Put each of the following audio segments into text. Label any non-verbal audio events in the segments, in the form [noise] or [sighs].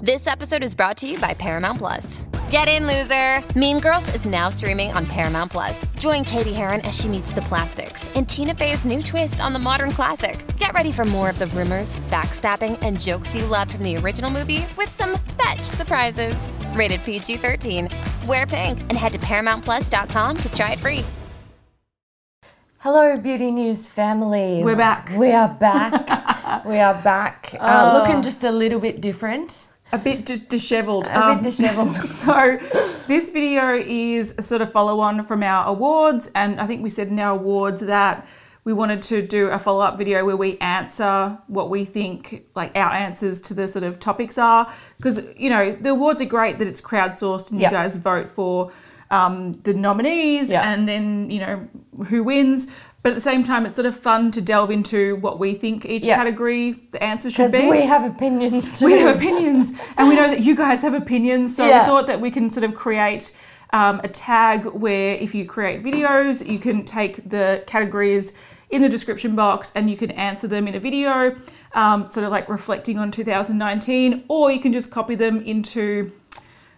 This episode is brought to you by Paramount Plus. Get in, loser! Mean Girls is now streaming on Paramount Plus. Join Katie Heron as she meets the plastics and Tina Fey's new twist on the modern classic. Get ready for more of the rumors, backstabbing, and jokes you loved from the original movie with some fetch surprises. Rated PG 13. Wear pink and head to ParamountPlus.com to try it free. Hello, Beauty News family. We're back. Oh. We are [laughs] back. we are back. Uh, looking just a little bit different. A bit d- dishevelled. A bit dishevelled. [laughs] so, this video is a sort of follow on from our awards, and I think we said in our awards that we wanted to do a follow up video where we answer what we think, like our answers to the sort of topics are. Because, you know, the awards are great that it's crowdsourced and Yeah. you guys vote for um, the nominees Yeah. and then, you know, who wins. But at the same time, it's sort of fun to delve into what we think each Yeah. category the answer should Because be we have opinions too. we have opinions and we know that you guys have opinions so Yeah. we thought that we can sort of create um, a tag where if you create videos you can take the categories in the description box and you can answer them in a video um, sort of like reflecting on 2019 or you can just copy them into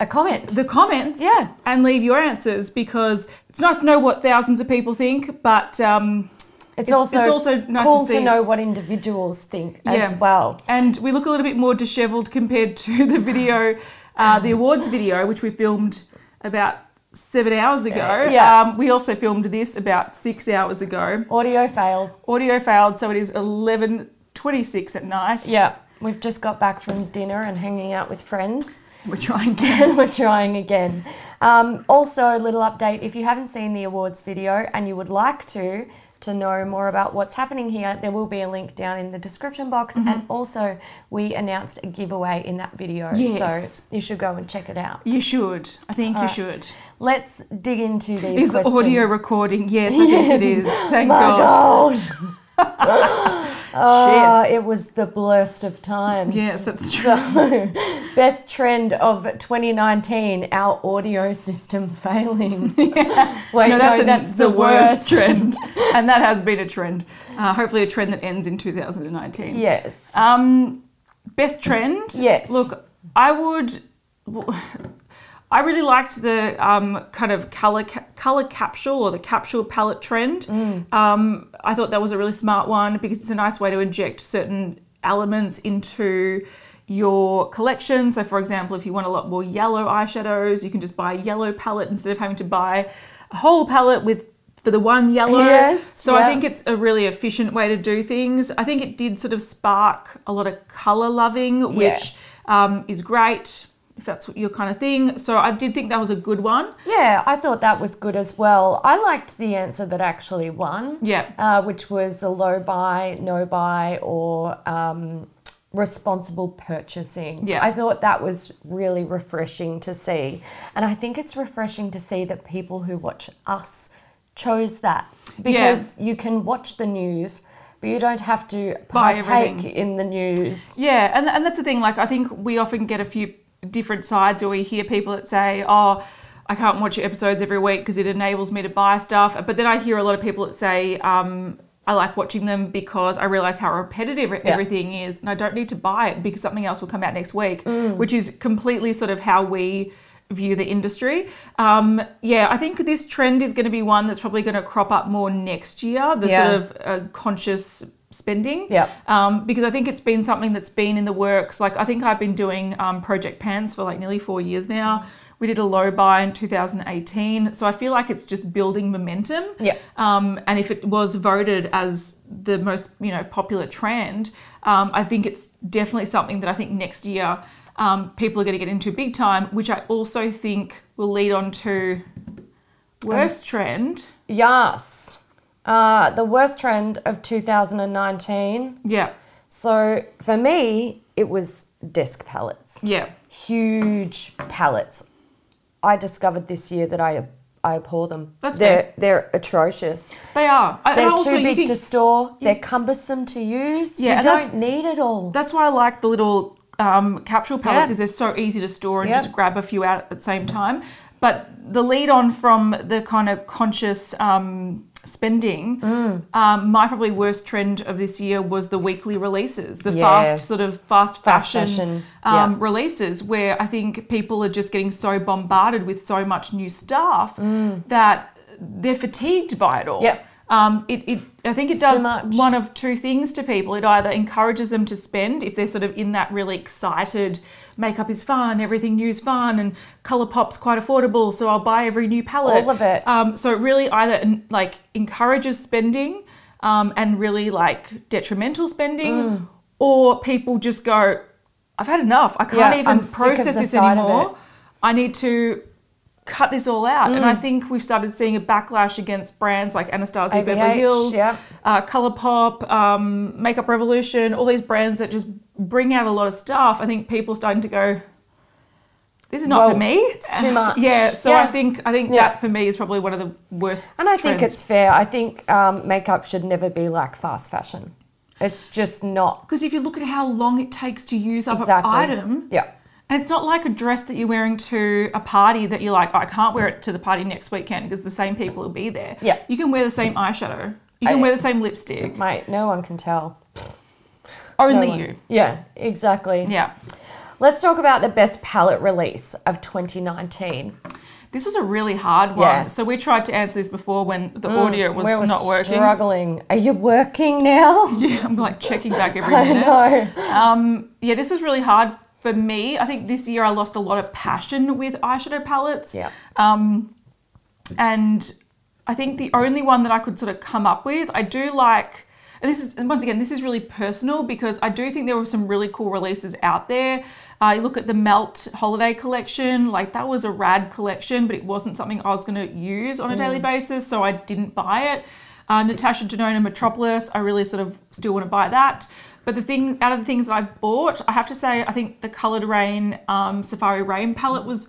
a comment. the comments Yeah. and leave your answers because it's nice to know what thousands of people think but um, it's also it's also nice to cool to see- know what individuals think as well. And we look a little bit more dishevelled compared to [laughs] the video, uh, the awards video, which we filmed about seven hours ago. Yeah. Um, we also filmed this about six hours ago. Audio fail. Audio failed, so it is eleven twenty-six at night. Yeah. We've just got back from dinner and hanging out with friends. We're trying to [laughs] and we're trying again. Um, also, a little update if you haven't seen the awards video and you would like to, to know more about what's happening here, there will be a link down in the description box. And Mm-hmm. also, we announced a giveaway in that video. Yes. So you should go and check it out. You should. I think you should. Let's dig into these Is Uh, questions. audio recording? Yes, I think it [laughs] is. Thank My God. God. Oh, Shit. Ah, it was the blurst of times. Yes, that's true. So, [laughs] best trend of 2019, our audio system [laughs] failing. Wait, No, that's, a- the, worst. [laughs] worst trend, and that has been a trend. Uh, hopefully, a trend that ends in 2019. Yes. Um, best trend. Yes. Look, I would. [laughs] I really liked the um, kind of color ca- color capsule or the capsule palette trend. Mm. Um, I thought that was a really smart one because it's a nice way to inject certain elements into your collection. So, for example, if you want a lot more yellow eyeshadows, you can just buy a yellow palette instead of having to buy a whole palette with for the one yellow. Yes, So yeah. I think it's a really efficient way to do things. I think it did sort of spark a lot of color loving, which um, is great if that's your kind of thing. So I did think that was a good one. yeah, I thought that was good as well. I liked the answer that actually won. Yeah. Uh, which was a low buy, no buy, or um, responsible purchasing. Yeah. I thought that was really refreshing to see. And I think it's refreshing to see that people who watch us chose that because you can watch the news, but you don't have to Buy partake everything. in the news. Yeah, and and that's the thing. Like I think we often get a few different sides, or we hear people that say, "Oh, I can't watch your episodes every week because it enables me to buy stuff." But then I hear a lot of people that say, um, "I like watching them because I realize how repetitive everything is, and I don't need to buy it because something else will come out next week," which is completely sort of how we view the industry. Um, yeah, I think this trend is going to be one that's probably going to crop up more next year. The Yeah. sort of uh, conscious spending. Yep. Um, because I think it's been something that's been in the works. Like I think I've been doing um, Project Pans for like nearly four years now. We did a low buy in 2018, so I feel like it's just building momentum. Yeah. Um, and if it was voted as the most you know popular trend, um, I think it's definitely something that I think next year um, people are going to get into big time, which I also think will lead on to Um, worst trend. Yes. Uh, the worst trend of 2019. Yeah. So for me, it was desk pallets. Yeah. Huge pallets. I discovered this year that I I abhor them. That's they're fair. they're atrocious. They are. And They're also too you big can- to store. They're cumbersome to use. Yeah, you and that- don't need it all. That's why I like the little um, capsule pallets, Yeah. is they're so easy to store and Yeah. just grab a few out at the same time. But the lead on from the kind of conscious um, spending, Mm. um, my probably worst trend of this year was the weekly releases, the Yeah. fast sort of fast Fast fashion, fashion, Um, yeah. releases, where I think people are just getting so bombarded with so much new stuff Mm. that they're fatigued by it all. Yep. Um, it, it, I think it too does much. one of two things to people. It either encourages them to spend if they're sort of in that really excited, makeup is fun, everything new is fun, and color pop's quite affordable, so I'll buy every new palette. All of it. Um, so it really either en- like encourages spending um, and really like detrimental spending, Mm. or people just go, I've had enough. I can't Yeah, even I'm sick of process the this sight of anymore. it. I need to cut this all out. And I Mm. think we've started seeing a backlash against brands like Anastasia Beverly ABH, Hills, yep. uh, ColourPop, um, Makeup Revolution, all these brands that just bring out a lot of stuff. I think people are starting to go, this is not for Well, me. it's [laughs] too much. yeah. So I Yeah. think I think Yeah. that for me is probably one of the worst. And I think trends. it's fair. I think um, makeup should never be like fast fashion. It's just not because if you look at how long it takes to use up exactly. an item, Yeah. And it's not like a dress that you're wearing to a party that you're like, "Oh, I can't wear it to the party next weekend because the same people will be there. Yeah. You can wear the same eyeshadow. You I- can wear the same lipstick. Mate, no one can tell. No Only one. you. Yeah, exactly. Yeah. Let's talk about the best palette release of 2019. This was a really hard one. Yeah. Mm. So we tried to answer this before when the audio was Where we're not working. struggling. Are you working now? [laughs] Yeah, [laughs] I'm like checking back every I minute. know. Yeah, this was really hard for me. I think this year I lost a lot of passion with eyeshadow palettes. Yeah. and I think the only one that I could sort of come up with, I do like, and this is and once again, this is really personal because I do think there were some really cool releases out there. Uh, you look at the Melt Holiday Collection, like that was a rad collection, but it wasn't something I was going to use on a daily basis, so I didn't buy it. Uh, Natasha Denona Metropolis, I really sort of still want to buy that. But the thing out of the things that I've bought, I have to say, I think the Colored Rain um, Safari Rain palette was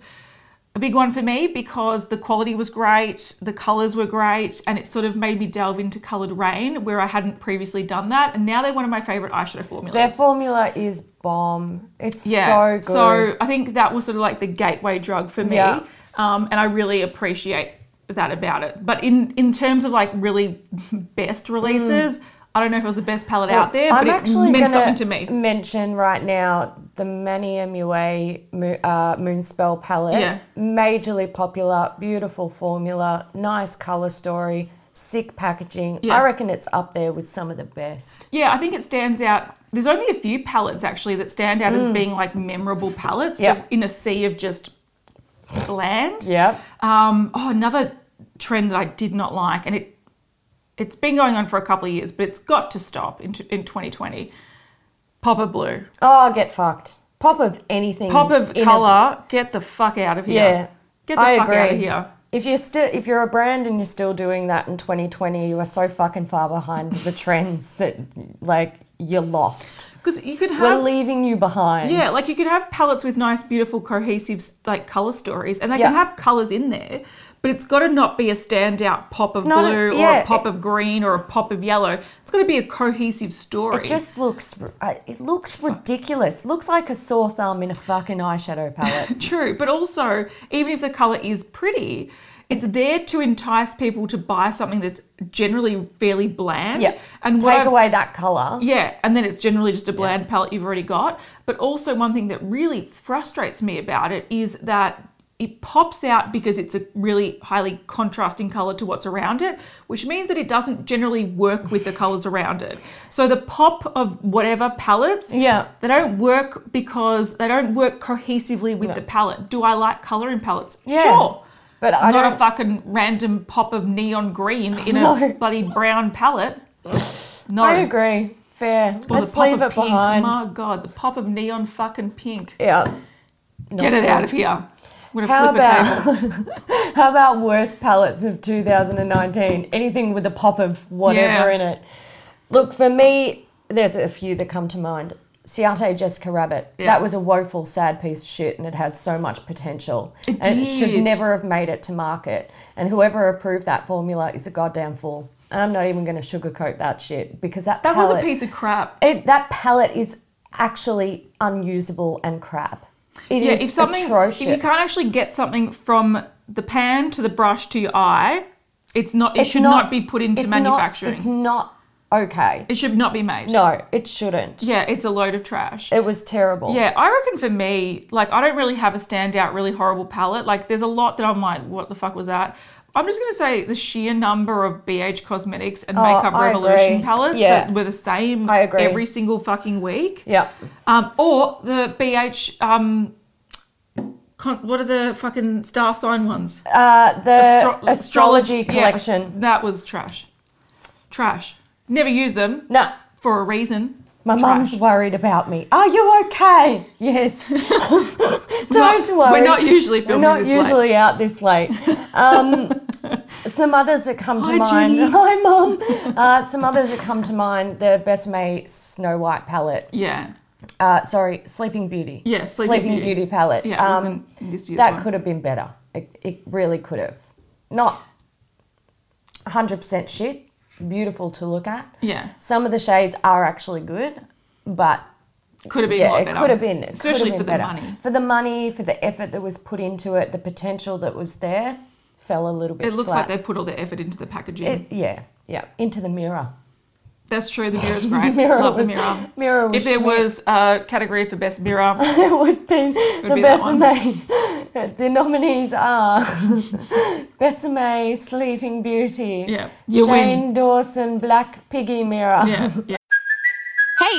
a big one for me because the quality was great, the colors were great, and it sort of made me delve into colored rain where I hadn't previously done that. And now they're one of my favorite eyeshadow formulas. Their formula is bomb. It's yeah. so good. I think that was sort of like the gateway drug for me. Yeah. Um, and I really appreciate that about it. But in, in terms of like really [laughs] best releases, I don't know if it was the best palette out there, Mm. I'm but it actually meant gonna something to me. mention right now the Mani MUA Mo- uh, Moonspell palette. Yeah. Majorly popular, beautiful formula, nice color story, sick packaging. Yeah. I reckon it's up there with some of the best. Yeah, I think it stands out. There's only a few palettes actually that stand out as being like memorable palettes Mm. Yep. that- in a sea of just bland. Yep. Um, oh, another trend that I did not like, and it it's been going on for a couple of years, but it's got to stop in, t- in 2020. Pop of blue, Oh, get fucked. Pop of anything. pop of in a- color. Get the fuck out of here. Yeah. get the I fuck agree. out of here. If you're still if you're a brand and you're still doing that in 2020, you are so fucking far behind the trends that like you're lost. Because you could have We're leaving you behind. Yeah, like you could have palettes with nice, beautiful, cohesive like color stories, and they Yeah. can have colors in there, but it's got to not be a standout pop of not a- blue or yeah, a pop it- of green or a pop of yellow. It's got to be a cohesive story. It just looks uh, it looks ridiculous. Looks like a sore thumb in a fucking eyeshadow [laughs] palette. True, but also even if the color is pretty, it's there to entice people to buy something that's generally fairly bland. yeah. and what take I've- away that color. Yeah, and then it's generally just a bland palette you've already got. But also, one thing that really frustrates me about it is that it pops out because it's a really highly contrasting color to what's around it, which means that it doesn't generally work with the colors around it. So the pop of whatever palettes, Yeah. they don't work because they don't work cohesively with the palette. Do I like color in palettes? Yeah. Sure. But I Not don't a fucking random pop of neon green in a [laughs] No. bloody [laughs] brown palette. No. I agree. Fair. Well, Let's the pop leave of it pink. behind. My God, the pop of neon fucking pink. Yeah. Not Get it good. out of here. Would How have flip a table. [laughs] about how about worst palettes of 2019? Anything with a pop of whatever Yeah. in it. Look, for me, there's a few that come to mind. Ciate Jessica Rabbit. Yeah. That was a woeful, sad piece of shit, and it had so much potential. It and it should did. never have made it to market. And whoever approved that formula is a goddamn fool. And I'm not even going to sugarcoat that shit because that That was a palette- piece of crap. It, that palette is actually unusable and crap. It is yeah, if something atrocious. if you can't actually get something from the pan to the brush to your eye, it's not. It It's should not, be put into it's not- manufacturing. it's not okay. it should not be made. No, it shouldn't. Yeah, it's a load of trash. It was terrible. Yeah, I reckon for me, like I don't really have a standout, really horrible palette. Like there's a lot that I'm like, what the fuck was that? I'm just gonna say the sheer number of BH Cosmetics and Makeup Oh, I Revolution agree. palettes Yeah. that were the same I agree. every single fucking week. Yep. Um, or the BH um, con- what are the fucking star sign ones? Uh, the Astro- astrology yeah, collection. that was trash. Trash. Never used them. No. For a reason. My mum's [laughs] Trash. worried about me. Are you okay? [laughs] Yes. [laughs] Don't Not- worry. we're not usually We're filming not this late. usually out this late. [laughs] Um, some others that come to Hi, mind. [laughs] Jenny. Hi, mum. Uh, some others that come to mind. The Best May Snow White palette. Yeah. Uh, sorry, Sleeping Beauty. Yeah, Sleeping Beauty. Beauty. palette. Yeah, it Um, wasn't this year's that one. could have been better. It, it really could have. Not 100% shit. Beautiful to look at. Yeah. Some of the shades are actually good, but Could have been a yeah, lot it better. could have been. It could Especially have for been the better. money. For the money, for the effort that was put into it, the potential that was there fell a little bit It looks flat. like they put all their effort into the packaging. It, yeah, yeah. Into the mirror. [laughs] That's true. The mirror's great. Mirror Love was- the mirror. [laughs] mirror was if there shit. was a category for [laughs] best mirror, it would be the be that best one. May. [laughs] The nominees are [laughs] Besame, Sleeping Beauty, Yeah, you Shane Dawson, Black Piggy Mirror. yeah, yeah. Hey,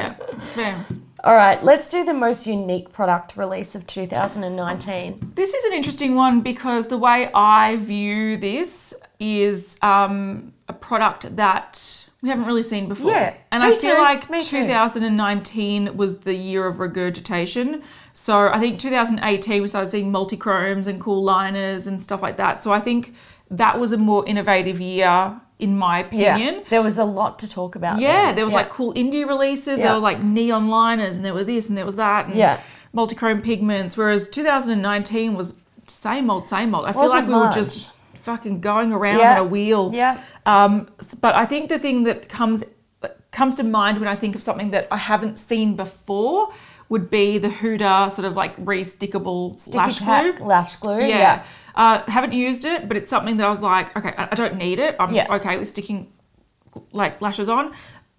yeah. Fair. [laughs] All right, let's do the most unique product release of 2019. This is an interesting one because the way I view this is um, a product that we haven't really seen before. Yeah, and me I feel too, like me too. 2019 was the year of regurgitation. So I think 2018 we started seeing multichromes and cool liners and stuff like that. So I think that was a more innovative year, in my Yeah, opinion. there was a lot to talk about. Yeah, then. there was Yeah. like cool indie releases. Yeah. There were like neon liners, and there were this, and there was that, and Yeah. multichrome pigments. Whereas 2019 was same old, same old. I feel Wasn't like we much. were just fucking going around Yeah. on a wheel. Yeah. Um, s- but I think the thing that comes comes to mind when I think of something that I haven't seen before would be the Huda sort of like re-stickable Sticky lash tack, glue. lash glue. Yeah. yeah. Uh, haven't used it, but it's something that I was like, okay, I I don't need it. I'm Yeah. okay with sticking like lashes on.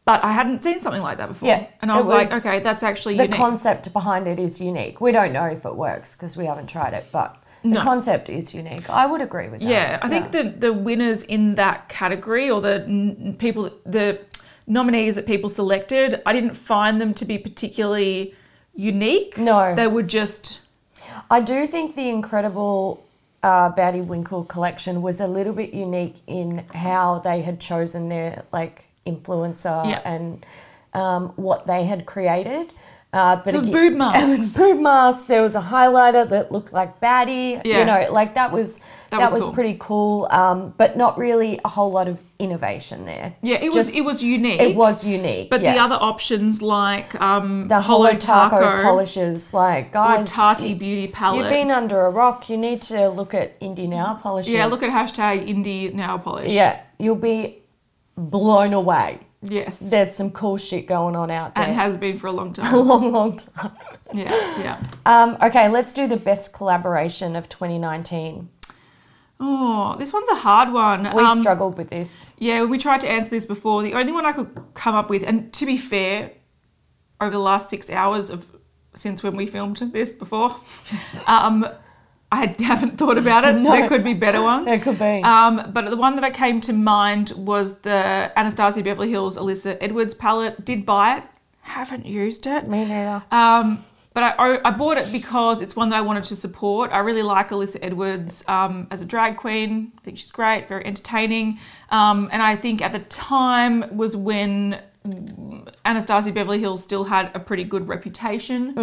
But I hadn't seen something like that before. Yeah, And I it was, like, was okay, that's actually the unique. concept behind it is unique. We don't know if it works because we haven't tried it, but the concept is unique. I would agree with that. yeah, I think the the winners in that category or the n- people the nominees that people selected, I didn't find them to be particularly unique. No. They were just I do think the incredible uh, Batty Winkle collection was a little bit unique in how they had chosen their like influencer Yeah. and um, what they had created. Uh, but It was ag- [laughs] boob masks. It was boob mask. There was a highlighter that looked like Batty. Yeah. You know, like that was that, That was was, cool. pretty cool. Um, but not really a whole lot of innovation there. yeah, it was Just- it was unique. It was unique. But the yeah. other options like um the hollow taco Holotaco polishes, like or guys, Tati Beauty Palette. you've been under a rock. You need to look at indie now polishes. Yeah, look at hashtag indie nail polish. Yeah, you'll be blown away. Yes. There's some cool shit going on out there. and has been for a long a [laughs] time. long, long time. yeah, yeah. Um, okay, let's do the best collaboration of 2019. Oh, this one's a hard one. We Um, struggled with this. Yeah, when we tried to answer this before, the only one I could come up with, and to be fair, over the last six hours of since when we filmed [laughs] this before, um, I [laughs] haven't thought about it. There could be better ones. There could be. Um, but the one that I came to mind was the Anastasia Beverly Hills Alyssa Edwards palette. Did buy it, haven't used it. Me neither. Um, But I, I bought it because it's one that I wanted to support. I really like Alyssa Edwards um, as a drag queen. I think she's great, very entertaining. Um, and I think at the time was when Anastasia Beverly Hills still had a pretty good reputation.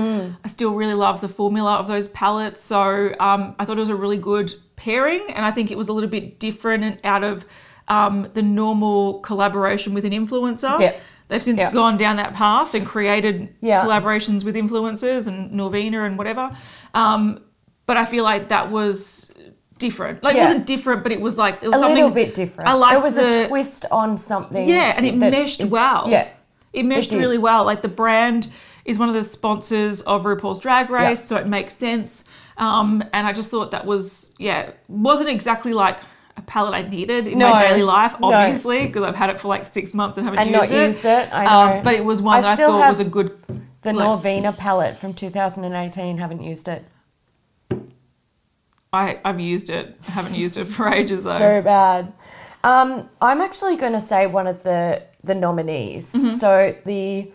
I still really love the formula of those palettes. So um, I thought it was a really good pairing, and I think it was a little bit different and out of um, the normal collaboration with an influencer. Yep. They've since Yep. gone down that path and created Yeah. collaborations with influencers and Norvina and whatever. Um, but I feel like that was different. Like Yeah. it wasn't different, but it was like it was a something little bit different. I liked it was the, a twist on something. yeah, and it that meshed is- well. Yeah, It meshed did. really well. Like the brand is one of the sponsors of RuPaul's Drag Race, so it makes sense. Um, and I just thought that was yeah, wasn't exactly like a palette I needed in No. my daily life, No. obviously, because I've had it for like six months and haven't And not used it. used it, I know. Um, but it was I one that I still thought have was a good. the like- Norvina palette from 2018. Haven't used it. I, I've used it. I haven't used it [laughs] for ages though. So bad. Um, I'm actually going to say one of the the nominees. Mm-hmm. So the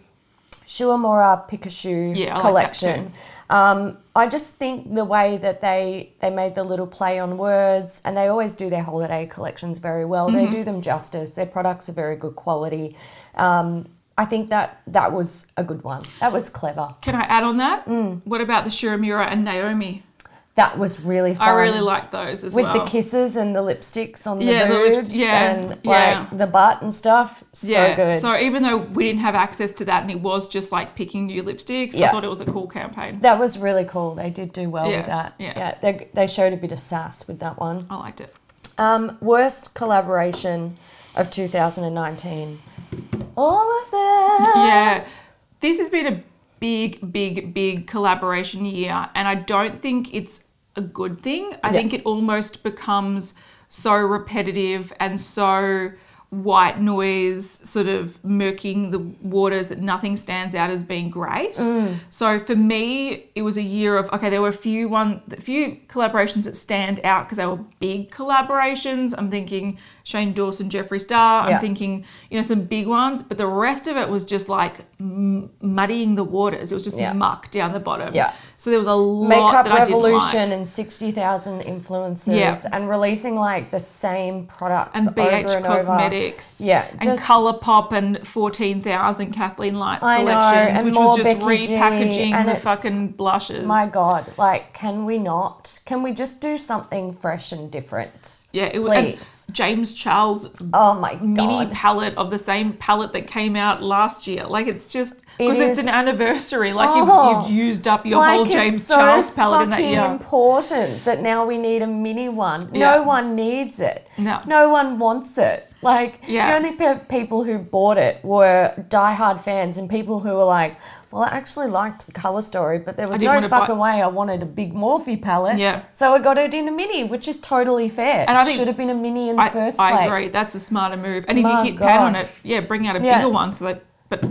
Shuamura Pikachu Yeah, I like that collection. too. um, I just think the way that they they made the little play on words, and they always do their holiday collections very well. Mm-hmm. They do them justice. Their products are very good quality. Um, I think that that was a good one. That was clever. Can I add on that? Mm. What about the Shiramura and Naomi? That was really fun. I really like those as with well. the kisses and the lipsticks on the Yeah, the lips- boobs yeah, and like yeah. the butt and stuff. So yeah. good. So even though we didn't have access to that and it was just like picking new lipsticks, Yeah. I thought it was a cool campaign. that was really cool. They did do well Yeah, with that. yeah. they, they showed a bit of sass with that one. I liked it. Um, worst collaboration of 2019. All of them. Yeah. This has been a big, big, big collaboration year, and I don't think it's a good thing. I Yeah. think it almost becomes so repetitive and so white noise, sort of murking the waters that nothing stands out as being great. Mm. So for me, it was a year of okay, there were a few one a few collaborations that stand out because they were big collaborations. I'm thinking Shane Dawson, Jeffree Star. Yeah. I'm thinking you know some big ones, but the rest of it was just like m- muddying the waters. It was just Yeah. muck down the bottom. Yeah. So there was a lot Makeup that I didn't like. Revolution and 60,000 influencers Yeah. and releasing like the same products and over BH and over. Cosmetics, Yeah, and just- ColourPop and fourteen thousand Kathleen Lights I know, collections, and which more was just Becky G, repackaging and the it's- fucking blushes. My God, like, can we not? Can we just do something fresh and different? yeah, it was and Please. James Charles Oh my mini God. palette of the same palette that came out last year. Like it's just because It it's is- an anniversary. Like Oh. you've, you've used up your whole it's James so Charles palette in that fucking year. important that now we need a mini one. Yeah. No one needs it. No. No one wants it. Like Yeah. the only pe- people who bought it were diehard fans and people who were like, "Well, I actually liked the color story, but there was didn't no wanna buy- fucking way I wanted a big Morphe palette." Yeah. So I got it in a mini, which is totally fair. And I think- should have been a mini in the I, first I place. agree. That's a smarter move. And if My you hit pan on God. it, yeah, bring out a Yeah. bigger one. So that, but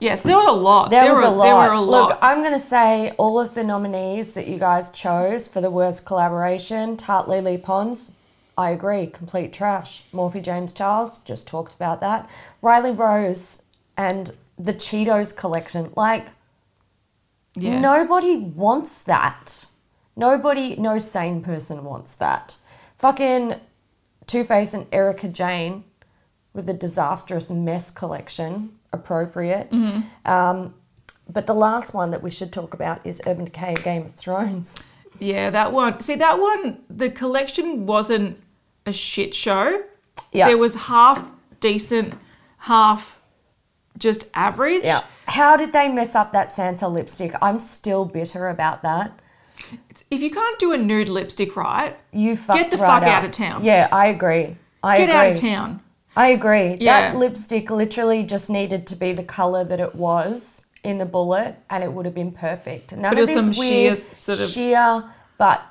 yeah, so there was a lot. There, was were, a lot. There were a lot. Look, I'm going to say all of the nominees that you guys chose for the worst collaboration, Tart Lily Pons, I agree, complete trash. Morphe James Charles, just talked about that. Riley Rose and the Cheetos collection. Like, yeah. nobody wants that. Nobody, no sane person wants that. Fucking Two Face and Erica Jane with a disastrous mess collection, appropriate. Mm-hmm. Um, but the last one that we should talk about is Urban Decay Game of [laughs] Thrones. Yeah, that one. See, that one, the collection wasn't a shit show. Yeah. There was half decent, half just average. How did they mess up that Sansa lipstick? I'm still bitter about that. It's- If you can't do a nude lipstick right, You fucked the right fuck up. out of town. Yeah, I agree. I get agree. out of town. I agree. Yeah. That lipstick literally just needed to be the color that it was in the bullet, and it would have been perfect. None But it of was this some sheer weird sort of- sheer, but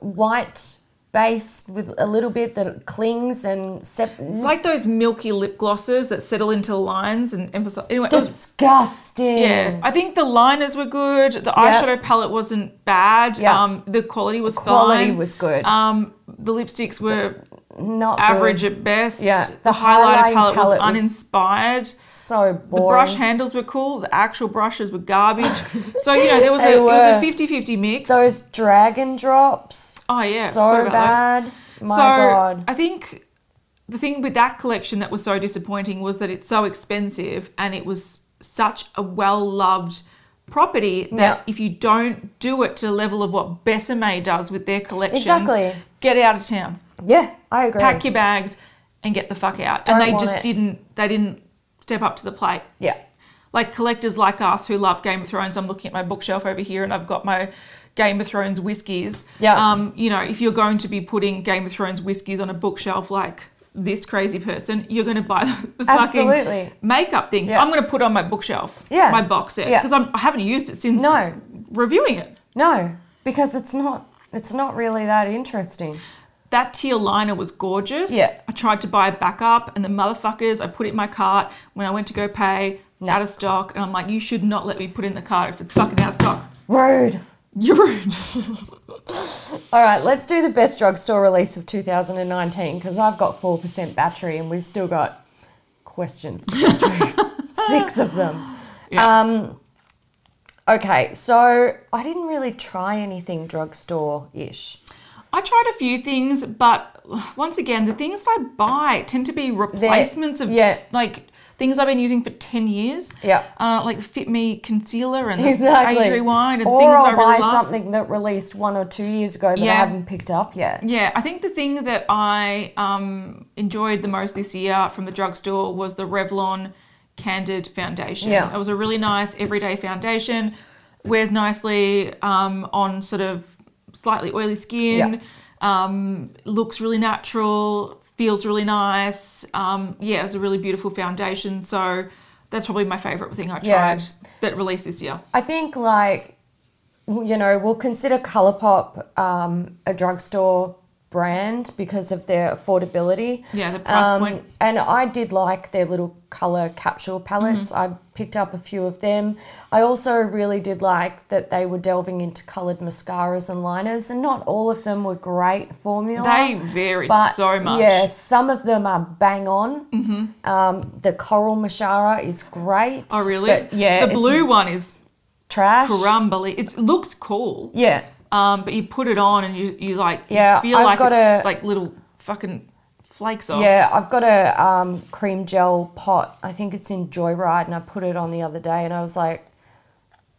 white base with a little bit that clings and sep- It's like those milky lip glosses that settle into lines and emphasize. Anyway, it was- disgusting. Yeah, I think the liners were good. The eyeshadow palette wasn't bad. Yeah. Um, the quality was Quality fine. was good. Um, the lipsticks were Not average good. at best. Yeah, the, the highlighter highlighting palette, was palette was uninspired. So The boring. brush handles were cool. The actual brushes were [laughs] garbage. so you know there was a They it was a were. 50-50 mix. Those drag and drops. Oh, yeah, forgot So about bad. My so god. I think the thing with that collection that was so disappointing was that it's so expensive and it was such a well loved property Yeah. that if you don't do it to the level of what Besame does with their collections, Exactly. get out of town, yeah, I agree. pack your bags, and get the fuck out. Don't and they want just it. didn't. They didn't step up to the plate yeah. like collectors like us who love Game of Thrones, I'm looking at my bookshelf over here and I've got my Game of Thrones whiskies. Yeah. Um, you know, if you're going to be putting Game of Thrones whiskies on a bookshelf like this crazy person, you're going to buy the Absolutely. fucking makeup thing. Yeah. I'm going to put on my bookshelf, Yeah. my box set, Yeah. because I haven't used it since No. reviewing it. No, because it's not it's not really that interesting. That teal liner was gorgeous. Yeah. I tried to buy a backup and the motherfuckers, I put it in my cart when I went to go pay, out of stock. And I'm like, you should not let me put it in the cart if it's fucking out of stock. [laughs] Rude. You're rude. All right, let's do the best drugstore release of 2019 because I've got 4% battery and we've still got questions. to go [laughs] through. Six of them. Yeah. Um, okay, so I didn't really try anything drugstore ish. I tried a few things, but once again, the things that I buy tend to be replacements of yeah. like things I've been using for ten years. Yeah. uh, like the Fit Me concealer and Exactly. the Age Rewind and or things I'll that I buy really love. something that released one or two years ago that I Yeah. haven't picked up yet. Yeah, I think the thing that I um, enjoyed the most this year from the drugstore was the Revlon Candid Foundation. Yeah. It was a really nice everyday foundation, wears nicely um, on sort of slightly oily skin, um, looks really natural, feels really nice. Um, yeah, it was a really beautiful foundation. So that's probably my favourite thing I tried Yeah. that released this year. I think like you know we'll consider ColourPop um, a drugstore brand because of their affordability. Yeah, the price Um, point. And I did like their little color capsule palettes. Mm-hmm. I picked up a few of them. I also really did like that they were delving into colored mascaras and liners, and not all of them were great formula. They varied so much. Yeah, some of them are bang on. Mm-hmm. Um, the coral mascara is great. Oh, really? But yeah, The it's blue one is trash. crumbly. It looks cool. Yeah, Um, but you put it on and you, you like you Yeah, feel I've like got it's a- like little fucking flakes off. Yeah, I've got a um, cream gel pot. I think it's in Joyride, and I put it on the other day, and I was like,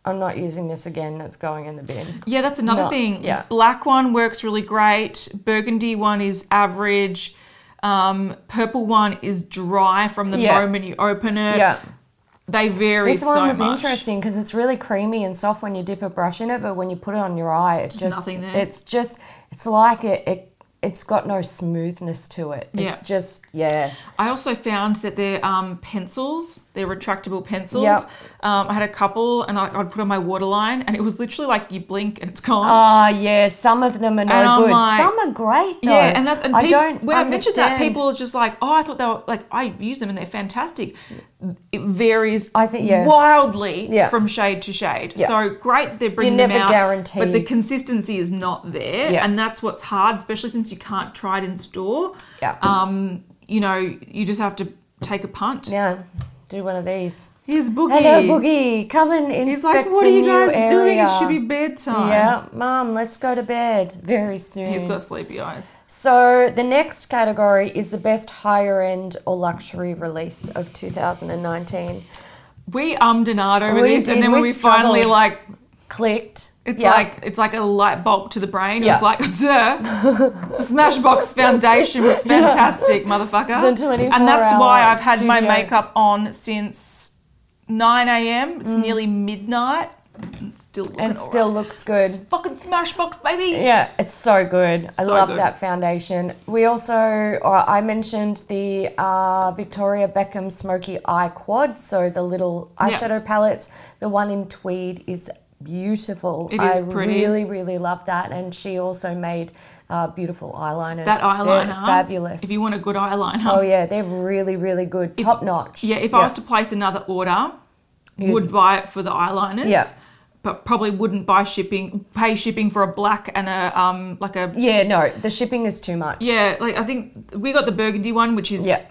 I'm not using this again. It's going in the bin. Yeah, that's another not- thing. yeah. Black one works really great. Burgundy one is average. Um, purple one is dry from the Yeah. moment you open it. Yeah. They vary This one so was much. interesting because it's really creamy and soft when you dip a brush in it, but when you put it on your eye, it's just nothing there. it's just it's like it, it it's got no smoothness to it. It's Yeah. just yeah. I also found that their um, pencils, their retractable pencils, Yep. um, I had a couple and I, I'd put on my waterline and it was literally like you blink and it's gone. Ah, yeah, some of them are no Uh, And I'm good. like- some are great though. Yeah, and, that, and I peop- don't when I mentioned that, understand. people are just like, oh, I thought they were like, I use them and they're fantastic. It varies, I think- yeah. wildly Yeah. from shade to shade. Yeah. So great that they're bringing them never out, but the guaranteed. consistency is not there, Yeah. and that's what's hard, especially since you can't try it in store. Yeah. Um, you know, you just have to take a punt. Yeah, do one of these. Here's Boogie. Hello, Boogie. Come and inspect He's like, what are the you new guys doing? It area." should be bedtime. Yeah, Mom, let's go to bed very soon. He's got sleepy eyes. so the next category is the best higher end or luxury release of 2019. We ummed and ahed over We this, and did, then when we we finally struggled. like Clicked. It's Yeah. like it's like a light bulb to the brain. Yeah. It's like, duh, [laughs] Smashbox Foundation was fantastic, motherfucker. The 24 and that's why hour I've had my studio. makeup on since 9 a.m. It's nearly midnight. It's still looking Mm. and still alright. looks good. fucking Smashbox, baby. Yeah, it's so good. I So love good. that foundation. We also, or I mentioned the uh, Victoria Beckham Smoky Eye Quad, so the little eyeshadow palettes. The one in tweed is beautiful. It I is pretty. really, really love that. And she also made uh, beautiful eyeliners. That They're eyeliner, fabulous. If you want a good eyeliner, oh yeah, they're really, really good. Top notch. Yeah, if I was to place another order, would buy it for the eyeliners. Yeah. but probably wouldn't buy shipping, pay shipping for a black and a um like a Yeah, no, the shipping is too much. yeah. Like I think we got the burgundy one, which is Yeah.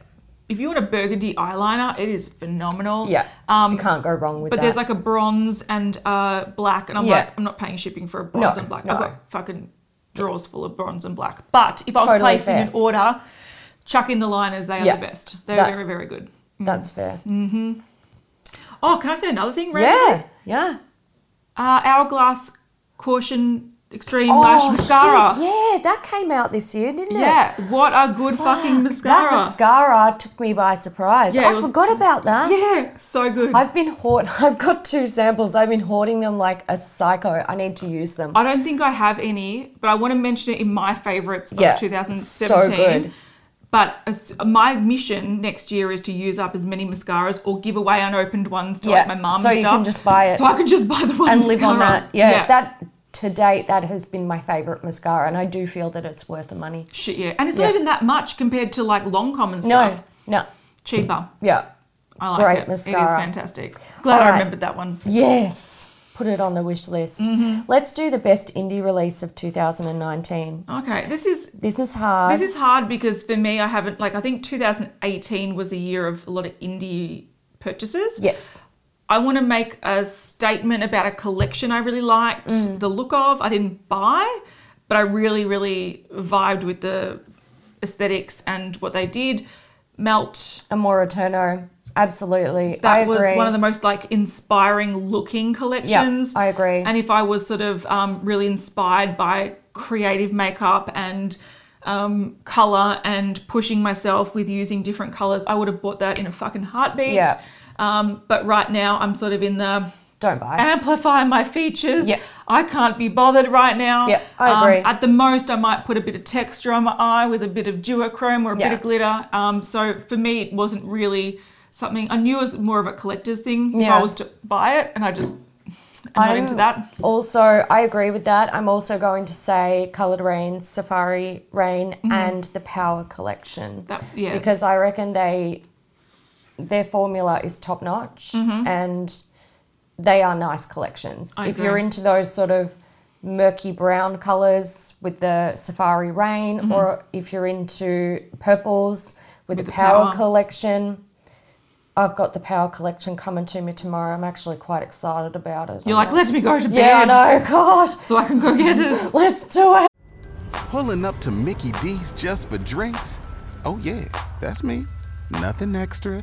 If you want a burgundy eyeliner, it is phenomenal. Yeah. Um, you can't go wrong with but that. there's like a bronze and uh black, and I'm Yeah. like, I'm not paying shipping for a bronze No, and black. no. I've got fucking drawers full of bronze and black. But if I was Totally placing fair. an order, chuck in the liners. They are Yeah. the best. They're That- very very good. That's fair. Oh, can I say another thing? Randomly? Yeah, yeah. Uh, Hourglass Caution Extreme Oh, Lash Mascara. shit, Yeah, that came out this year, didn't it? yeah. what a good fucking mascara. That mascara took me by surprise. Yeah, it I was- forgot about that. yeah, so good. I've been hoard. [laughs] I've got two samples. I've been hoarding them like a psycho. I need to use them. I don't think I have any, but I want to mention it in my favorites of Yeah, 2017. so good. But as- my mission next year is to use up as many mascaras or give away unopened ones to like Yeah, my mum so and you stuff. can just buy it So I can just buy the one and live on mascara. that. Yeah, that to date that has been my favorite mascara, and I do feel that it's worth the money. shit. Yeah, and it's Yeah. not even that much compared to like Longcom and No, stuff. no, Cheaper. yeah, I like Great it. It is mascara. fantastic. Glad I Alright. remembered that one. yes. Put it on the wish list. Mm-hmm. Let's do the best indie release of 2019. Okay, this is This is hard. this is hard because for me, I haven't like I think 2018 was a year of a lot of indie purchases. yes. I want to make a statement about a collection I really liked Mm. the look of. I didn't buy, but I really, really vibed with the aesthetics and what they did. Melt. Amora Turner. Absolutely. Oh, I That agree. was one of the most like inspiring looking collections. I agree. And if I was sort of um, really inspired by creative makeup and um, color and pushing myself with using different colors, I would have bought that in a fucking heartbeat. Yeah. Um, but right now, I'm sort of in the Don't buy. amplify my features. Yeah. I can't be bothered right now. Um, Yeah, I agree. At the most, I might put a bit of texture on my eye with a bit of duochrome or a bit Yeah. of glitter. Um, so for me, it wasn't really something I knew it was more of a collector's thing. If Yeah. I was to buy it, and I just I'm not into I'm that. Also, I agree with that. I'm also going to say Colored Rain, Safari Rain, and the Power Collection. Mm-hmm. That- yeah. Because I reckon they their formula is top notch and they are nice collections. Mm-hmm. I if agree. you're into those sort of murky brown colors with the Safari Rain, or if you're into purples with, the, Mm-hmm. the Power, Power. Collection. I've got the Power Collection coming to me tomorrow. I'm actually quite excited about it. You're I'm like, let me go to bed. yeah, I know. [laughs] God, So I can go get [laughs] it. let's do it. Pulling up to Mickey D's just for drinks? Oh, yeah, that's me. Nothing extra,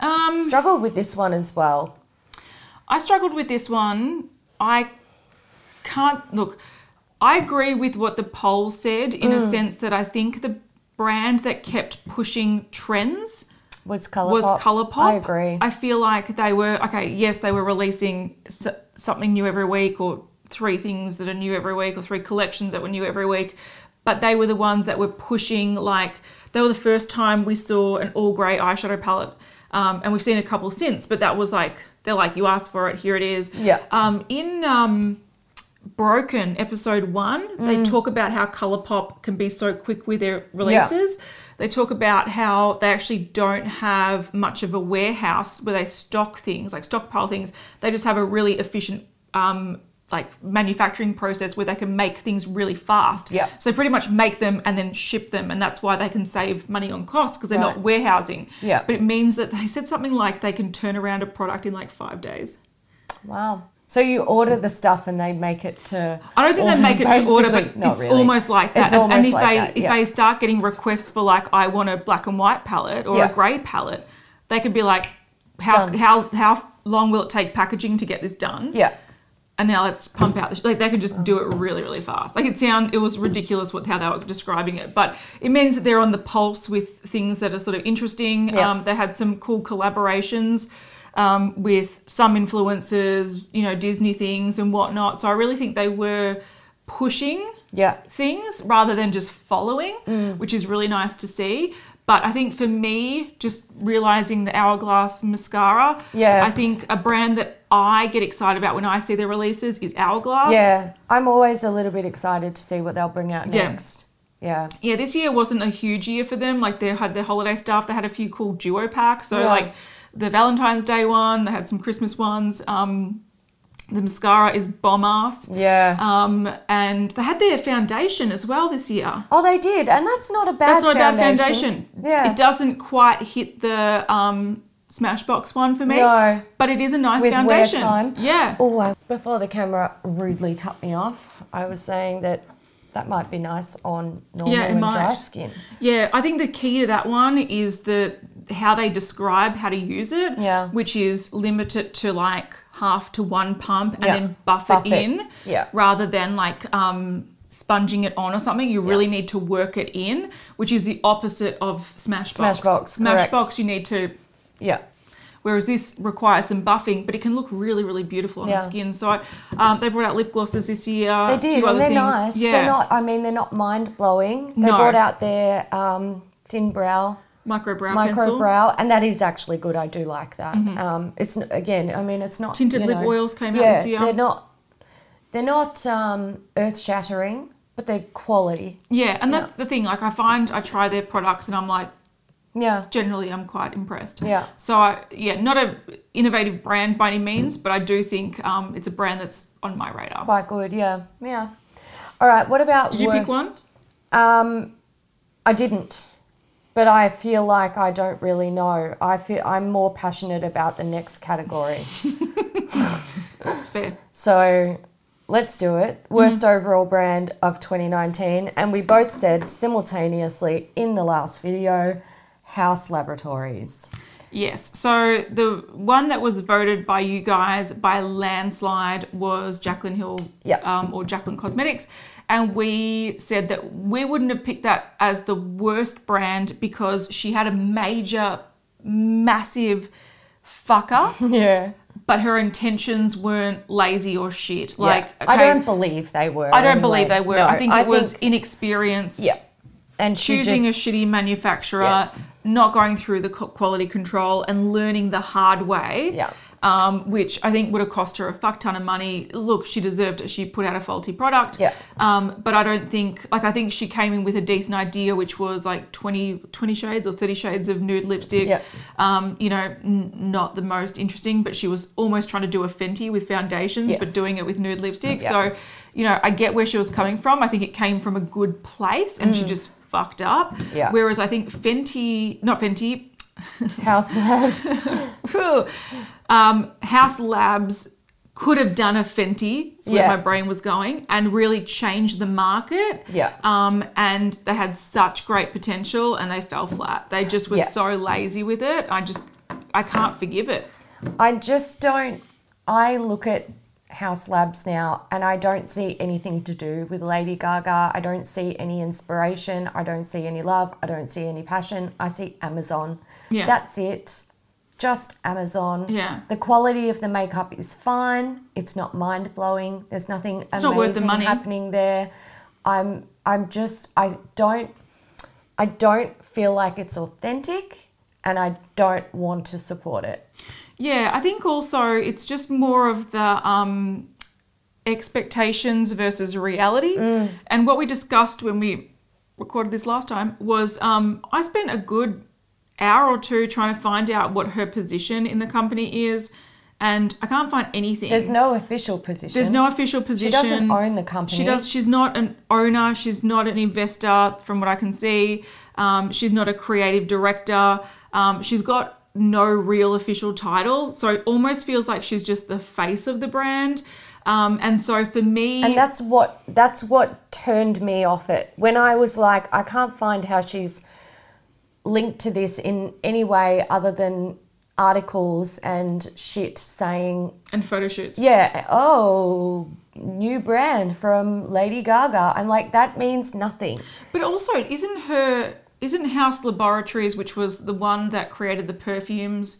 Um, Struggled with this one as well. I struggled with this one. I can't look. I agree with what the poll said in a sense that I think the brand that kept pushing trends Was ColourPop? was ColourPop. I agree. I feel like they were okay. Yes, they were releasing s- something new every week, or three things that are new every week, or three collections that were new every week. But they were the ones that were pushing. Like they were the first time we saw an all grey eyeshadow palette, um, and we've seen a couple since. But that was like they're like you asked for it, here it is. Yeah. Um, in um, Broken, episode one, they Mm. talk about how ColourPop can be so quick with their releases. They talk about how they actually don't have much of a warehouse where they stock things, like stockpile things. They just have a really efficient, um, like manufacturing process where they can make things really fast. Yeah. So they pretty much make them and then ship them, and that's why they can save money on costs because they're not Right. warehousing. Yeah. But it means that they said something like they can turn around a product in like five days. wow. So you order the stuff and they make it to. I don't think order, they make it to order, but basically. [laughs] Not it's really. almost like that. It's And- almost and if like they that, if yeah. they start getting requests for like I want a black and white palette or Yeah. a grey palette, they could be like, how Done. how how long will it take packaging to get this done? yeah. And now let's pump out. The sh- like they could just do it really really fast. Like it sound it was ridiculous with how they were describing it, but it means that they're on the pulse with things that are sort of interesting. Yeah. Um, they had some cool collaborations. Um, with some influencers, you know, Disney things and whatnot. So I really think they were pushing Yeah. things rather than just following, Mm. which is really nice to see. But I think for me, just realizing the Hourglass mascara, Yeah. I think a brand that I get excited about when I see their releases is Hourglass. Yeah. I'm always a little bit excited to see what they'll bring out Yeah. next. Yeah. Yeah, this year wasn't a huge year for them. Like they had their holiday stuff, they had a few cool duo packs. So Yeah. like the Valentine's Day one, they had some Christmas ones. Um, the mascara is bomb ass. Yeah. Um, and they had their foundation as well this year. oh, they did. And that's not a bad That's not a bad foundation. Yeah. It doesn't quite hit the um, Smashbox one for me. No. But it is a nice with foundation. wear time. Yeah. Oh, I, before the camera rudely cut me off, I was saying that that might be nice on normal Yeah, it and dry might. skin. Yeah, I think the key to that one is the how they describe how to use it. Yeah. Which is limit it to like half to one pump and Yeah, then buff, buff it. it in. Yeah. Rather than like um sponging it on or something. You really need to work it in, which is the opposite of Smashbox. Smashbox, correct. Smashbox you need to Yeah. Whereas this requires some buffing, but it can look really, really beautiful on Yeah. the skin. So I, um, they brought out lip glosses this year. They a did, few and other they're things. nice. Yeah. They're not, I mean, they're not mind blowing. They No. brought out their um, thin brow, micro brow micro pencil. Mm-hmm. brow, and that is actually good. I do like that. Um, it's n- again, I mean, it's not Tinted you lip know- oils came out yeah, this year. They're not, they're not um, earth shattering, but they're quality. Yeah, and that's the thing. Like I find I try their products and I'm like, Yeah, generally I'm quite impressed. Yeah. So I yeah, not a innovative brand by any means, but I do think um, it's a brand that's on my radar. quite good. Yeah, yeah. All right. What about Did you pick worst? one? Um, I didn't, but I feel like I don't really know. I feel I'm more passionate about the next category. Fair. So let's do it. Mm-hmm. Worst overall brand of 2019. And we both said simultaneously in the last video House Laboratories. Yes. So the one that was voted by you guys by landslide was Jacqueline Hill Yeah. um, or Jacqueline Cosmetics. And we said that we wouldn't have picked that as the worst brand because she had a major, massive fuck up. [laughs] Yeah. but her intentions weren't lazy or shit. Like I okay, don't believe they were. I don't anyway. believe they were. No, I think it was inexperience. Yeah. And she Choosing just, a shitty manufacturer, Yeah. not going through the co- quality control, and learning the hard way. Yeah. Um, which I think would have cost her a fuck ton of money. Look, she deserved it. She put out a faulty product. Yeah. Um, but I don't think, like, I think she came in with a decent idea, which was like 20, 20 shades or 30 shades of nude lipstick. Yeah. Um, you know, n- not the most interesting, but she was almost trying to do a Fenty with foundations, Yes. but doing it with nude lipstick. Yeah. So, you know, I get where she was coming from. I think it came from a good place and she just fucked up. Mm. Yeah. Whereas I think Fenty, not Fenty, House Labs. um, House Labs could have done a Fenty, is where Yeah. my brain was going, and really changed the market. Yeah. Um, and they had such great potential and they fell flat. They just were Yeah. so lazy with it. I just, I can't forgive it. I just don't. I look at House Labs now and I don't see anything to do with Lady Gaga. I don't see any inspiration. I don't see any love. I don't see any passion. I see Amazon. Yeah. That's it. Just Amazon. Yeah. The quality of the makeup is fine. It's not mind blowing. There's nothing amazing not worth the money. happening there. I'm I'm just I don't I don't feel like it's authentic and I don't want to support it. Yeah, I think also it's just more of the um, expectations versus reality. And what we discussed when we recorded this last time was um, I spent a good hour or two trying to find out what her position in the company is, and I can't find anything. There's no official position. There's no official position. doesn't own the company. She does. She's not an owner. She's not an investor, from what I can see. Um, she's not a creative director. Um, she's got no real official title, so it almost feels like she's just the face of the brand. Um, and so for me, And that's what that's what turned me off it. When I was like, I can't find how she's linked to this in any way other than articles and shit saying, and photo shoots. yeah, oh, new brand from Lady Gaga. I'm like, that means nothing. But also, isn't her isn't House Laboratories, which was the one that created the perfumes,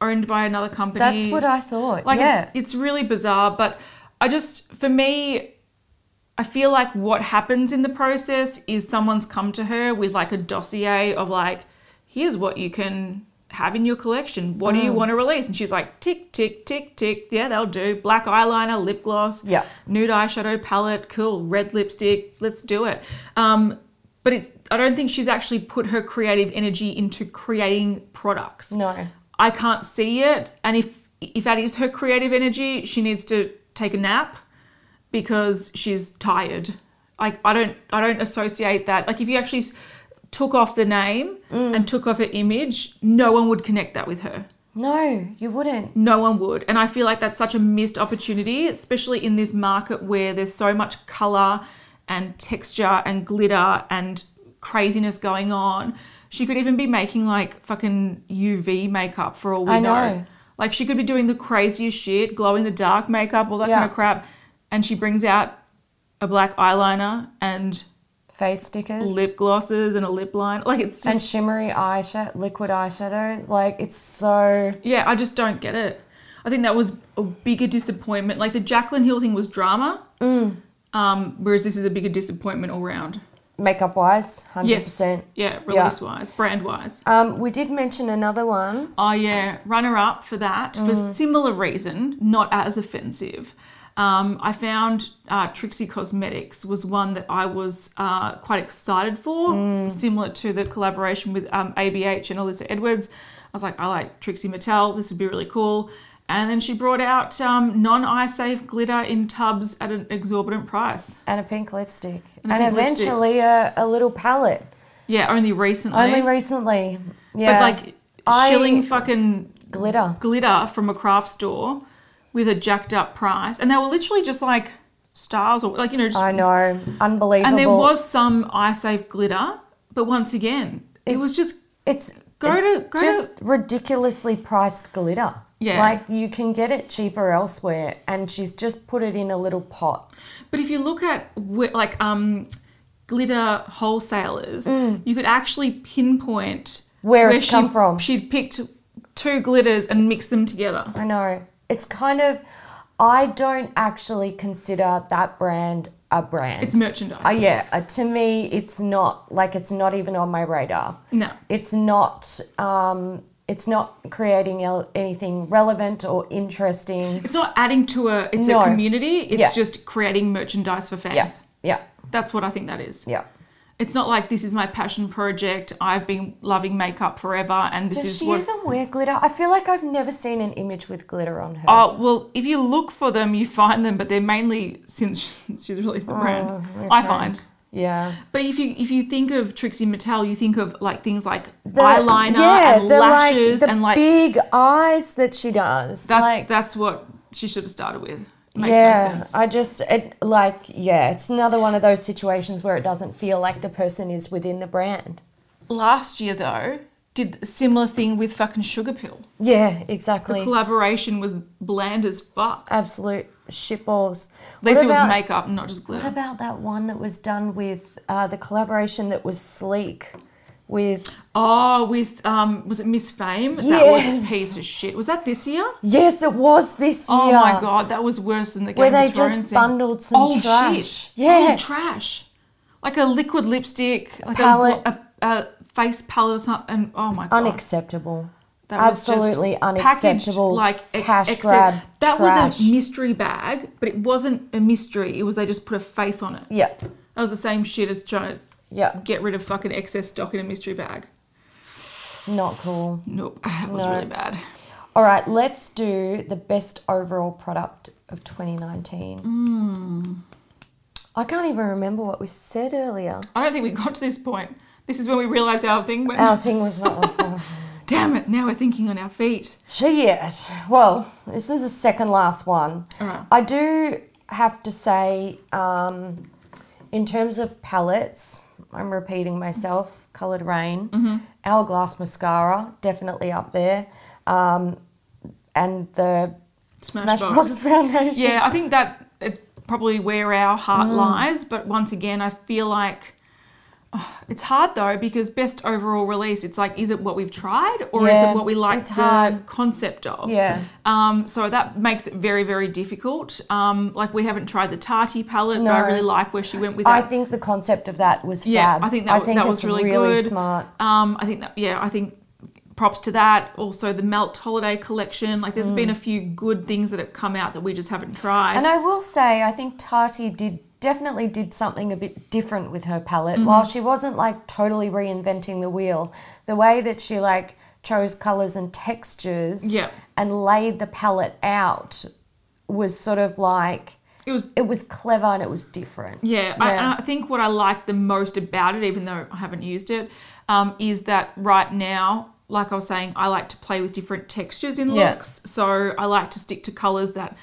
owned by another company? That's what I thought, Like yeah. it's, it's really bizarre, but I just for me, I feel like what happens in the process is someone's come to her with like a dossier of like, here's what you can have in your collection. What do you want to release? And she's like, tick, tick, tick, tick. Yeah, they'll do. Black eyeliner, lip gloss, Yeah. nude eyeshadow palette, cool, red lipstick. Let's do it. Um, but it's I don't think she's actually put her creative energy into creating products. No. I can't see it. And if if that is her creative energy, she needs to take a nap because she's tired. Like I don't I don't associate that. Like if you actually s- took off the name and took off her image, no one would connect that with her. No, you wouldn't. No one would. And I feel like that's such a missed opportunity, especially in this market where there's so much color and texture and glitter and craziness going on. She could even be making like fucking UV makeup for all we I know. know. Like she could be doing the craziest shit, glow in the dark makeup, all that Yeah. kind of crap. And she brings out a black eyeliner and Face stickers lip glosses and a lip line. Like it's and just, shimmery eyeshadow, liquid eyeshadow. Like it's so yeah, I just don't get it. I think that was a bigger disappointment. Like the Jaclyn Hill thing was drama. Mm. Um, whereas this is a bigger disappointment all round. makeup wise, hundred Yes. percent. Yeah, release wise, brand wise. Um, we did mention another one. Oh yeah, runner up for that for Mm. similar reason, not as offensive. Um, I found uh, Trixie Cosmetics was one that I was uh, quite excited for, Mm. similar to the collaboration with um, ABH and Alyssa Edwards. I was like, I like Trixie Mattel. This would be really cool. And then she brought out um, non-eye safe glitter in tubs at an exorbitant price. And a pink lipstick. And, a Mm-hmm. pink lipstick. eventually a, a little palette. Yeah, only recently. Only recently. Yeah. But like I- shilling fucking glitter. glitter from a craft store with a jacked up price, and they were literally just like stars or like you know. Just, I know. Unbelievable. and there was some eye safe glitter, but once again, it, was just it's Go it- to- go just ridiculously priced glitter. Yeah. Like you can get it cheaper elsewhere and she's just put it in a little pot. But if you look at wh- like um, glitter wholesalers, you could actually pinpoint Mm. Where it's come she- from. She picked two glitters and mixed them together. I know. It's kind of I don't actually consider that brand a brand. It's merchandise. Uh, yeah, uh, to me, it's not like it's not even on my radar. No. it's not. Um, it's not creating el- anything relevant or interesting. It's not adding to a. It's No. a community. It's Yeah. just creating merchandise for fans. Yeah, yeah, That's what I think that is. yeah. It's not like this is my passion project. I've been loving makeup forever, and this Does is she what. even wear glitter? I feel like I've never seen an image with glitter on her. Oh well, if you look for them, you find them, but they're mainly since [laughs] she's released the brand. Oh, I find. yeah, But if you if you think of Trixie Mattel, you think of like things like The- eyeliner and the, lashes like, the and like big eyes that she does. that's like, that's what she should have started with. It makes yeah, no sense. I just it like yeah, it's another one of those situations where it doesn't feel like the person is within the brand. Last year though, did a similar thing with fucking Sugar Pill. Yeah, The exactly. collaboration was bland as fuck. At Absolute shitballs. At least it was makeup and not just glitter. What about that one that was done with uh, the collaboration that was sleek with? Oh, with um, was it Miss Fame? That was Yes. a piece of shit. Was that this year? Yes, it was this year. Oh my god, that was worse than the Game Where of they Thrones just thing. bundled some Old trash. Shit. Yeah. Old trash. Like a liquid lipstick, like a palette. gl- A, a, face palette or something. And oh my god, Unacceptable. That was just Absolutely packaged unacceptable. Like ex- cash except- grab. That trash. was a mystery bag, but it wasn't a mystery. It was they just put a face on it. Yeah. That was the same shit as trying to Yeah. get rid of fucking excess stock in a mystery bag. Not cool. Nope, [laughs] that was really bad. All right, let's do the best overall product of 2019. I can't even remember what we said earlier. I don't think we got to this point. This is when we realised our thing went. Our thing was not. Damn it! Now we're thinking on our feet. She is. Well, this is the second last one. I do have to say, um, in terms of palettes, I'm repeating myself. Coloured Rain, Hourglass Mascara, definitely up there. Um, and the Smashbox. Smashbox, [laughs] Foundation. Yeah, I think that Mm. it's probably where our heart lies. But once again, I feel like oh, It's hard though because best overall release, it's like, is it what we've tried or is Yeah, it what we like it's the hard. concept of? Yeah. Um, so that makes it very, very difficult. Um, like we haven't tried the Tati palette, but I No. really like where she went with I that. think the concept of that was yeah, fab. I think that, wa- that it's was really, good. smart. Um, I think that yeah, I think props to that. Also the Melt Holiday collection. Like there's been a few good things that have come out that we just haven't tried. And I will say, I think Tati did definitely did something a bit different with her palette. Mm-hmm. While she wasn't like totally reinventing the wheel, the way that she like chose colors and textures Yeah. and laid the palette out was sort of like it was it was clever and it was different. Yeah, I, and I think what I like the most about it, even though I haven't used it, um, is that right now, like I was saying, I like to play with different textures in Yeah. looks. So I like to stick to colors that,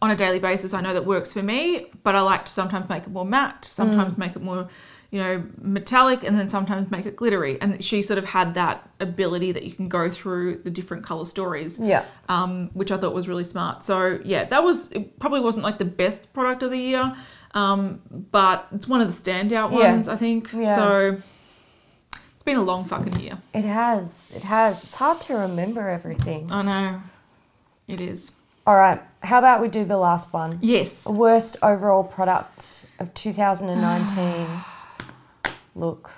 on a daily basis, I know that works for me. But I like to sometimes make it more matte, sometimes Mm. make it more, you know, metallic, and then sometimes make it glittery. And she sort of had that ability that you can go through the different color stories Yeah. um, which I thought was really smart. So yeah, that was it probably wasn't like the best product of the year, um, but it's one of the standout Yeah. ones I think. Yeah. So it's been a long fucking year. it has. It has. It's hard to remember everything. I know it is. Oh, All right. How about we do the last one? Yes. Worst overall product of [sighs] 2019. Look,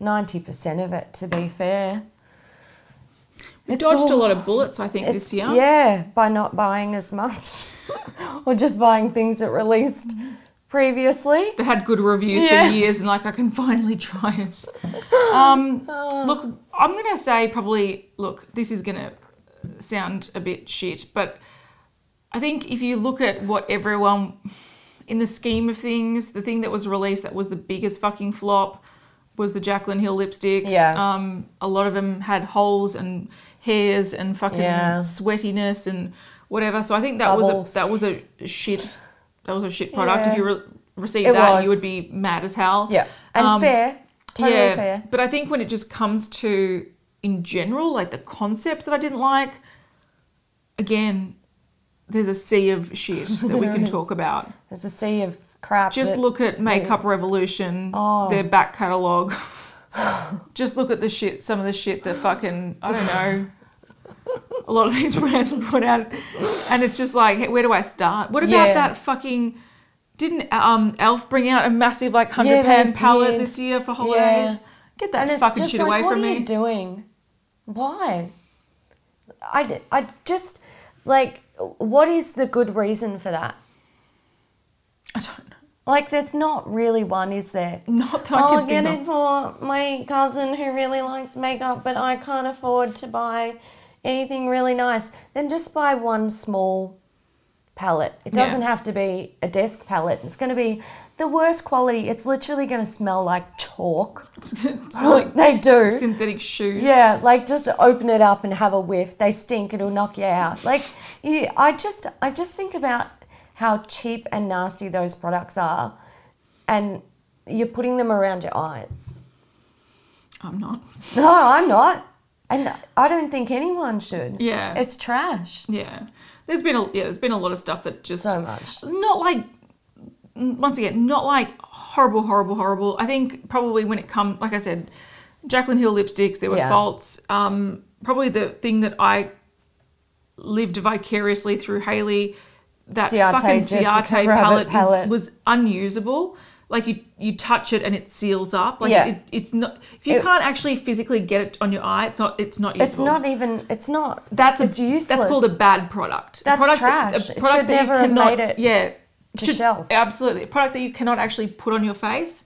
90% of it, to be fair. We It's dodged a all- lot of bullets I think this It's, year. yeah, by not buying as much [laughs] or just buying things that released previously. That had good reviews Yeah. for years and like I can [laughs] finally try [laughs] it. Oh. Um, look, I'm gonna say probably look, this is gonna sound a bit shit, but I think if you look at what everyone in the scheme of things, the thing that was released that was the biggest fucking flop was the Jaclyn Hill lipsticks. Yeah. Um, a lot of them had holes and hairs and fucking Yeah. sweatiness and whatever. So I think that was Bubbles. a, that was a shit that was a shit product. If Yeah. you re- received It that, was. you would be mad as hell. Yeah. And Um, fair. Totally yeah, fair. But I think when it just comes to in general, like the concepts that I didn't like, again, there's a sea of [laughs] shit that we can talk about. There's a sea of crap. Just that- look at Makeup Revolution, Oh. their [laughs] back catalogue. just look at the shit, some of the shit that fucking, I don't know. A lot of these [laughs] brands put out, and it's just like, hey, where do I start? What about Yeah. that fucking? Didn't um Elf bring out a massive like hundred Yeah, they pound palette did. this year for holidays? Yeah. and Get that it's fucking just shit like, away what from are me. you doing? Why? I, d- I just, like, what is the good reason for that? I don't know. Like, there's not really one, is there? Not that I I'll can get it think of. for my cousin who really likes makeup, but I can't afford to buy anything really nice. Then just buy one small palette. It Yeah. doesn't have to be a desk palette. It's going to be the worst quality. It's literally going to smell like chalk. [laughs] It's [laughs] like They do. synthetic shoes. Yeah, like just open it up and have a whiff. They stink. It'll knock you out. Like you, I just, I just think about how cheap and nasty those products are, and you're putting them around your eyes. [laughs] I'm not. No, I'm not, and I don't think anyone should. Yeah. it's trash. Yeah, there's been a yeah, there's been a lot of stuff that just So much. Not like n- once again, not like horrible, horrible, horrible. I think probably when it comes, like I said, Jaclyn Hill lipsticks, there were Yeah. faults. Um, probably the thing that I lived vicariously through Haley, that Ciarte, fucking Jessica Ciarte Rabbit palette, is- palette. was unusable. Like you, you touch it and it seals up. Like Yeah. it, it's not. If you It- can't actually physically get it on your eye, it's not. It's not useful It's not even. It's not. that's a, it's useless. That's called a bad product. A That's product trash. a It product should that you never have cannot- made it Yeah, to should- shelf. Absolutely, a product that you cannot actually put on your face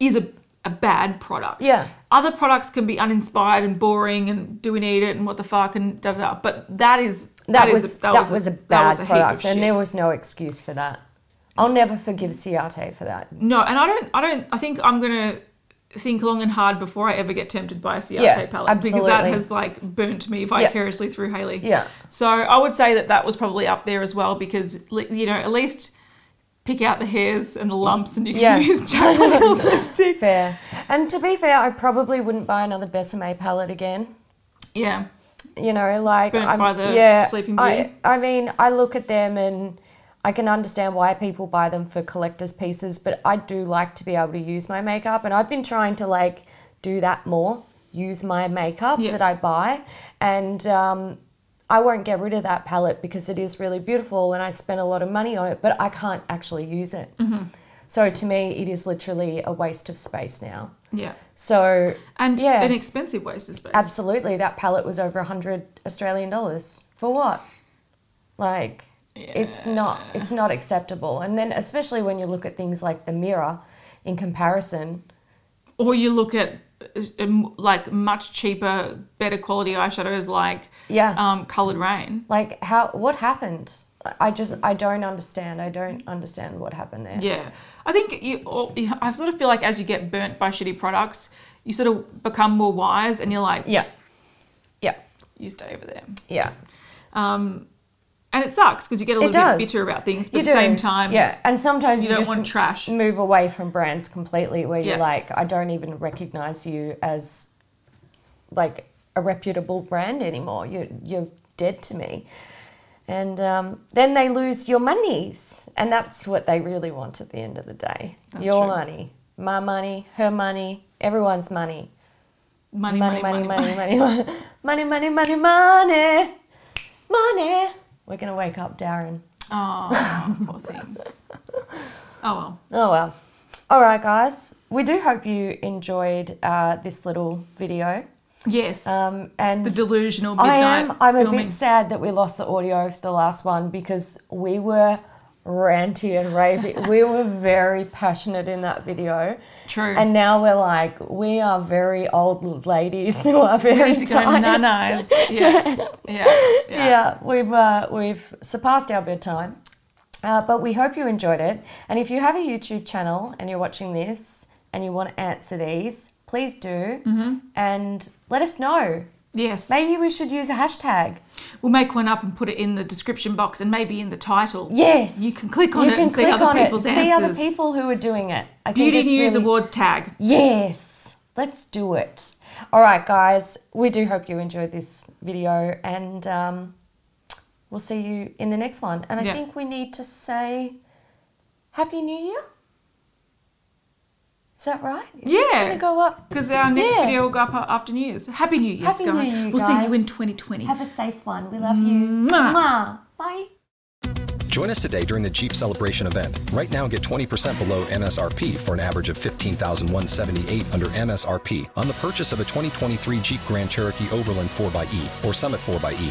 is a, a bad product. Yeah. Other products can be uninspired and boring and do we need it and what the fuck and da da da. But that is that, is was a- that, was was a bad that was a heap of product, and shit. there was no excuse for that. I'll never forgive Ciate for that. No, and I don't. I don't. I think I'm gonna think long and hard before I ever get tempted by a Ciarte Yeah, palette because that absolutely. has like burnt me vicariously through Haley. Yeah. So I would say that that was probably up there as well because li- you know at least pick out the hairs and the lumps and you can Yeah. use [laughs] Jacqueline Hill's lipstick. Fair. And to be fair, I probably wouldn't buy another Besame palette again. Yeah. You know, like Burnt I'm by the yeah, Sleeping I, Beauty? I mean, I look at them and I can understand why people buy them for collector's pieces, but I do like to be able to use my makeup, and I've been trying to like do that more, use my makeup Yeah. that I buy, and um, I won't get rid of that palette because it is really beautiful, and I spent a lot of money on it, but I can't actually use it. Mm-hmm. So to me, it is literally a waste of space now. Yeah. So And yeah, an expensive waste of space. Absolutely, that palette was over hundred Australian dollars for what? Like, it's not it's not acceptable. And then especially when you look at things like the mirror, in comparison, Or you look at uh, um, like much cheaper, better quality eyeshadows like Yeah. um, Coloured Rain. like how what happened? I just I don't understand. I don't understand what happened there. Yeah. I think you, or, I sort of feel like as you get burnt by shitty products, you sort of become more wise and you're like, yeah, yeah, you stay over there. yeah. Um, and it sucks because you get a It little does. bit bitter about things, but You at do. the same time, yeah. And sometimes you you, don't just want trash. Move away from brands completely, where you're Yeah. like, I don't even recognize you as like a reputable brand anymore. You're you're dead to me. And um, then they lose your monies, and that's what they really want at the end of the day. your true. money, my money, her money, everyone's money. money, Money, money, money, money, money, money, money, [laughs] money, money, money. We're gonna wake up, Darren. [laughs] Oh, poor [laughs] thing. Oh well. Oh well. All right, guys. We do hope you enjoyed uh, this little video. Yes. Um, and the delusional midnight. I am. I'm a filming. bit sad that we lost the audio of the last one because we were ranty and raving. we were very passionate in that video. True. And now we're like, we are very old ladies who are very to [laughs] go tired. nanas. Yeah. Yeah. Yeah. yeah, we've uh, we've surpassed our bedtime, uh, but we hope you enjoyed it. And if you have a YouTube channel and you're watching this and you want to answer these, please do, Mm-hmm. and let us know. Yes. Maybe we should use a hashtag. We'll make one up and put it in the description box and maybe in the title. Yes, You can click on You it can and see click other on people's it. See other answers. people who are doing it. I think Beauty it's News really- Awards tag. Yes, let's do it. All right, guys, we do hope you enjoyed this video and um, we'll see you in the next one. And I Yeah. think we need to say Happy New Year. Is that right? Is this Yeah. going to go up? Because our next Yeah. video will go up after New Year's. Happy New Year's, Happy New guys. Year, we'll see you guys. in 2020. Have a safe one. We love you. Mwah. Mwah. Bye. Join us today during the Jeep Celebration event. Right now, get 20% below MSRP for an average of 15178 under MSRP on the purchase of a 2023 Jeep Grand Cherokee Overland 4xE or Summit 4xE.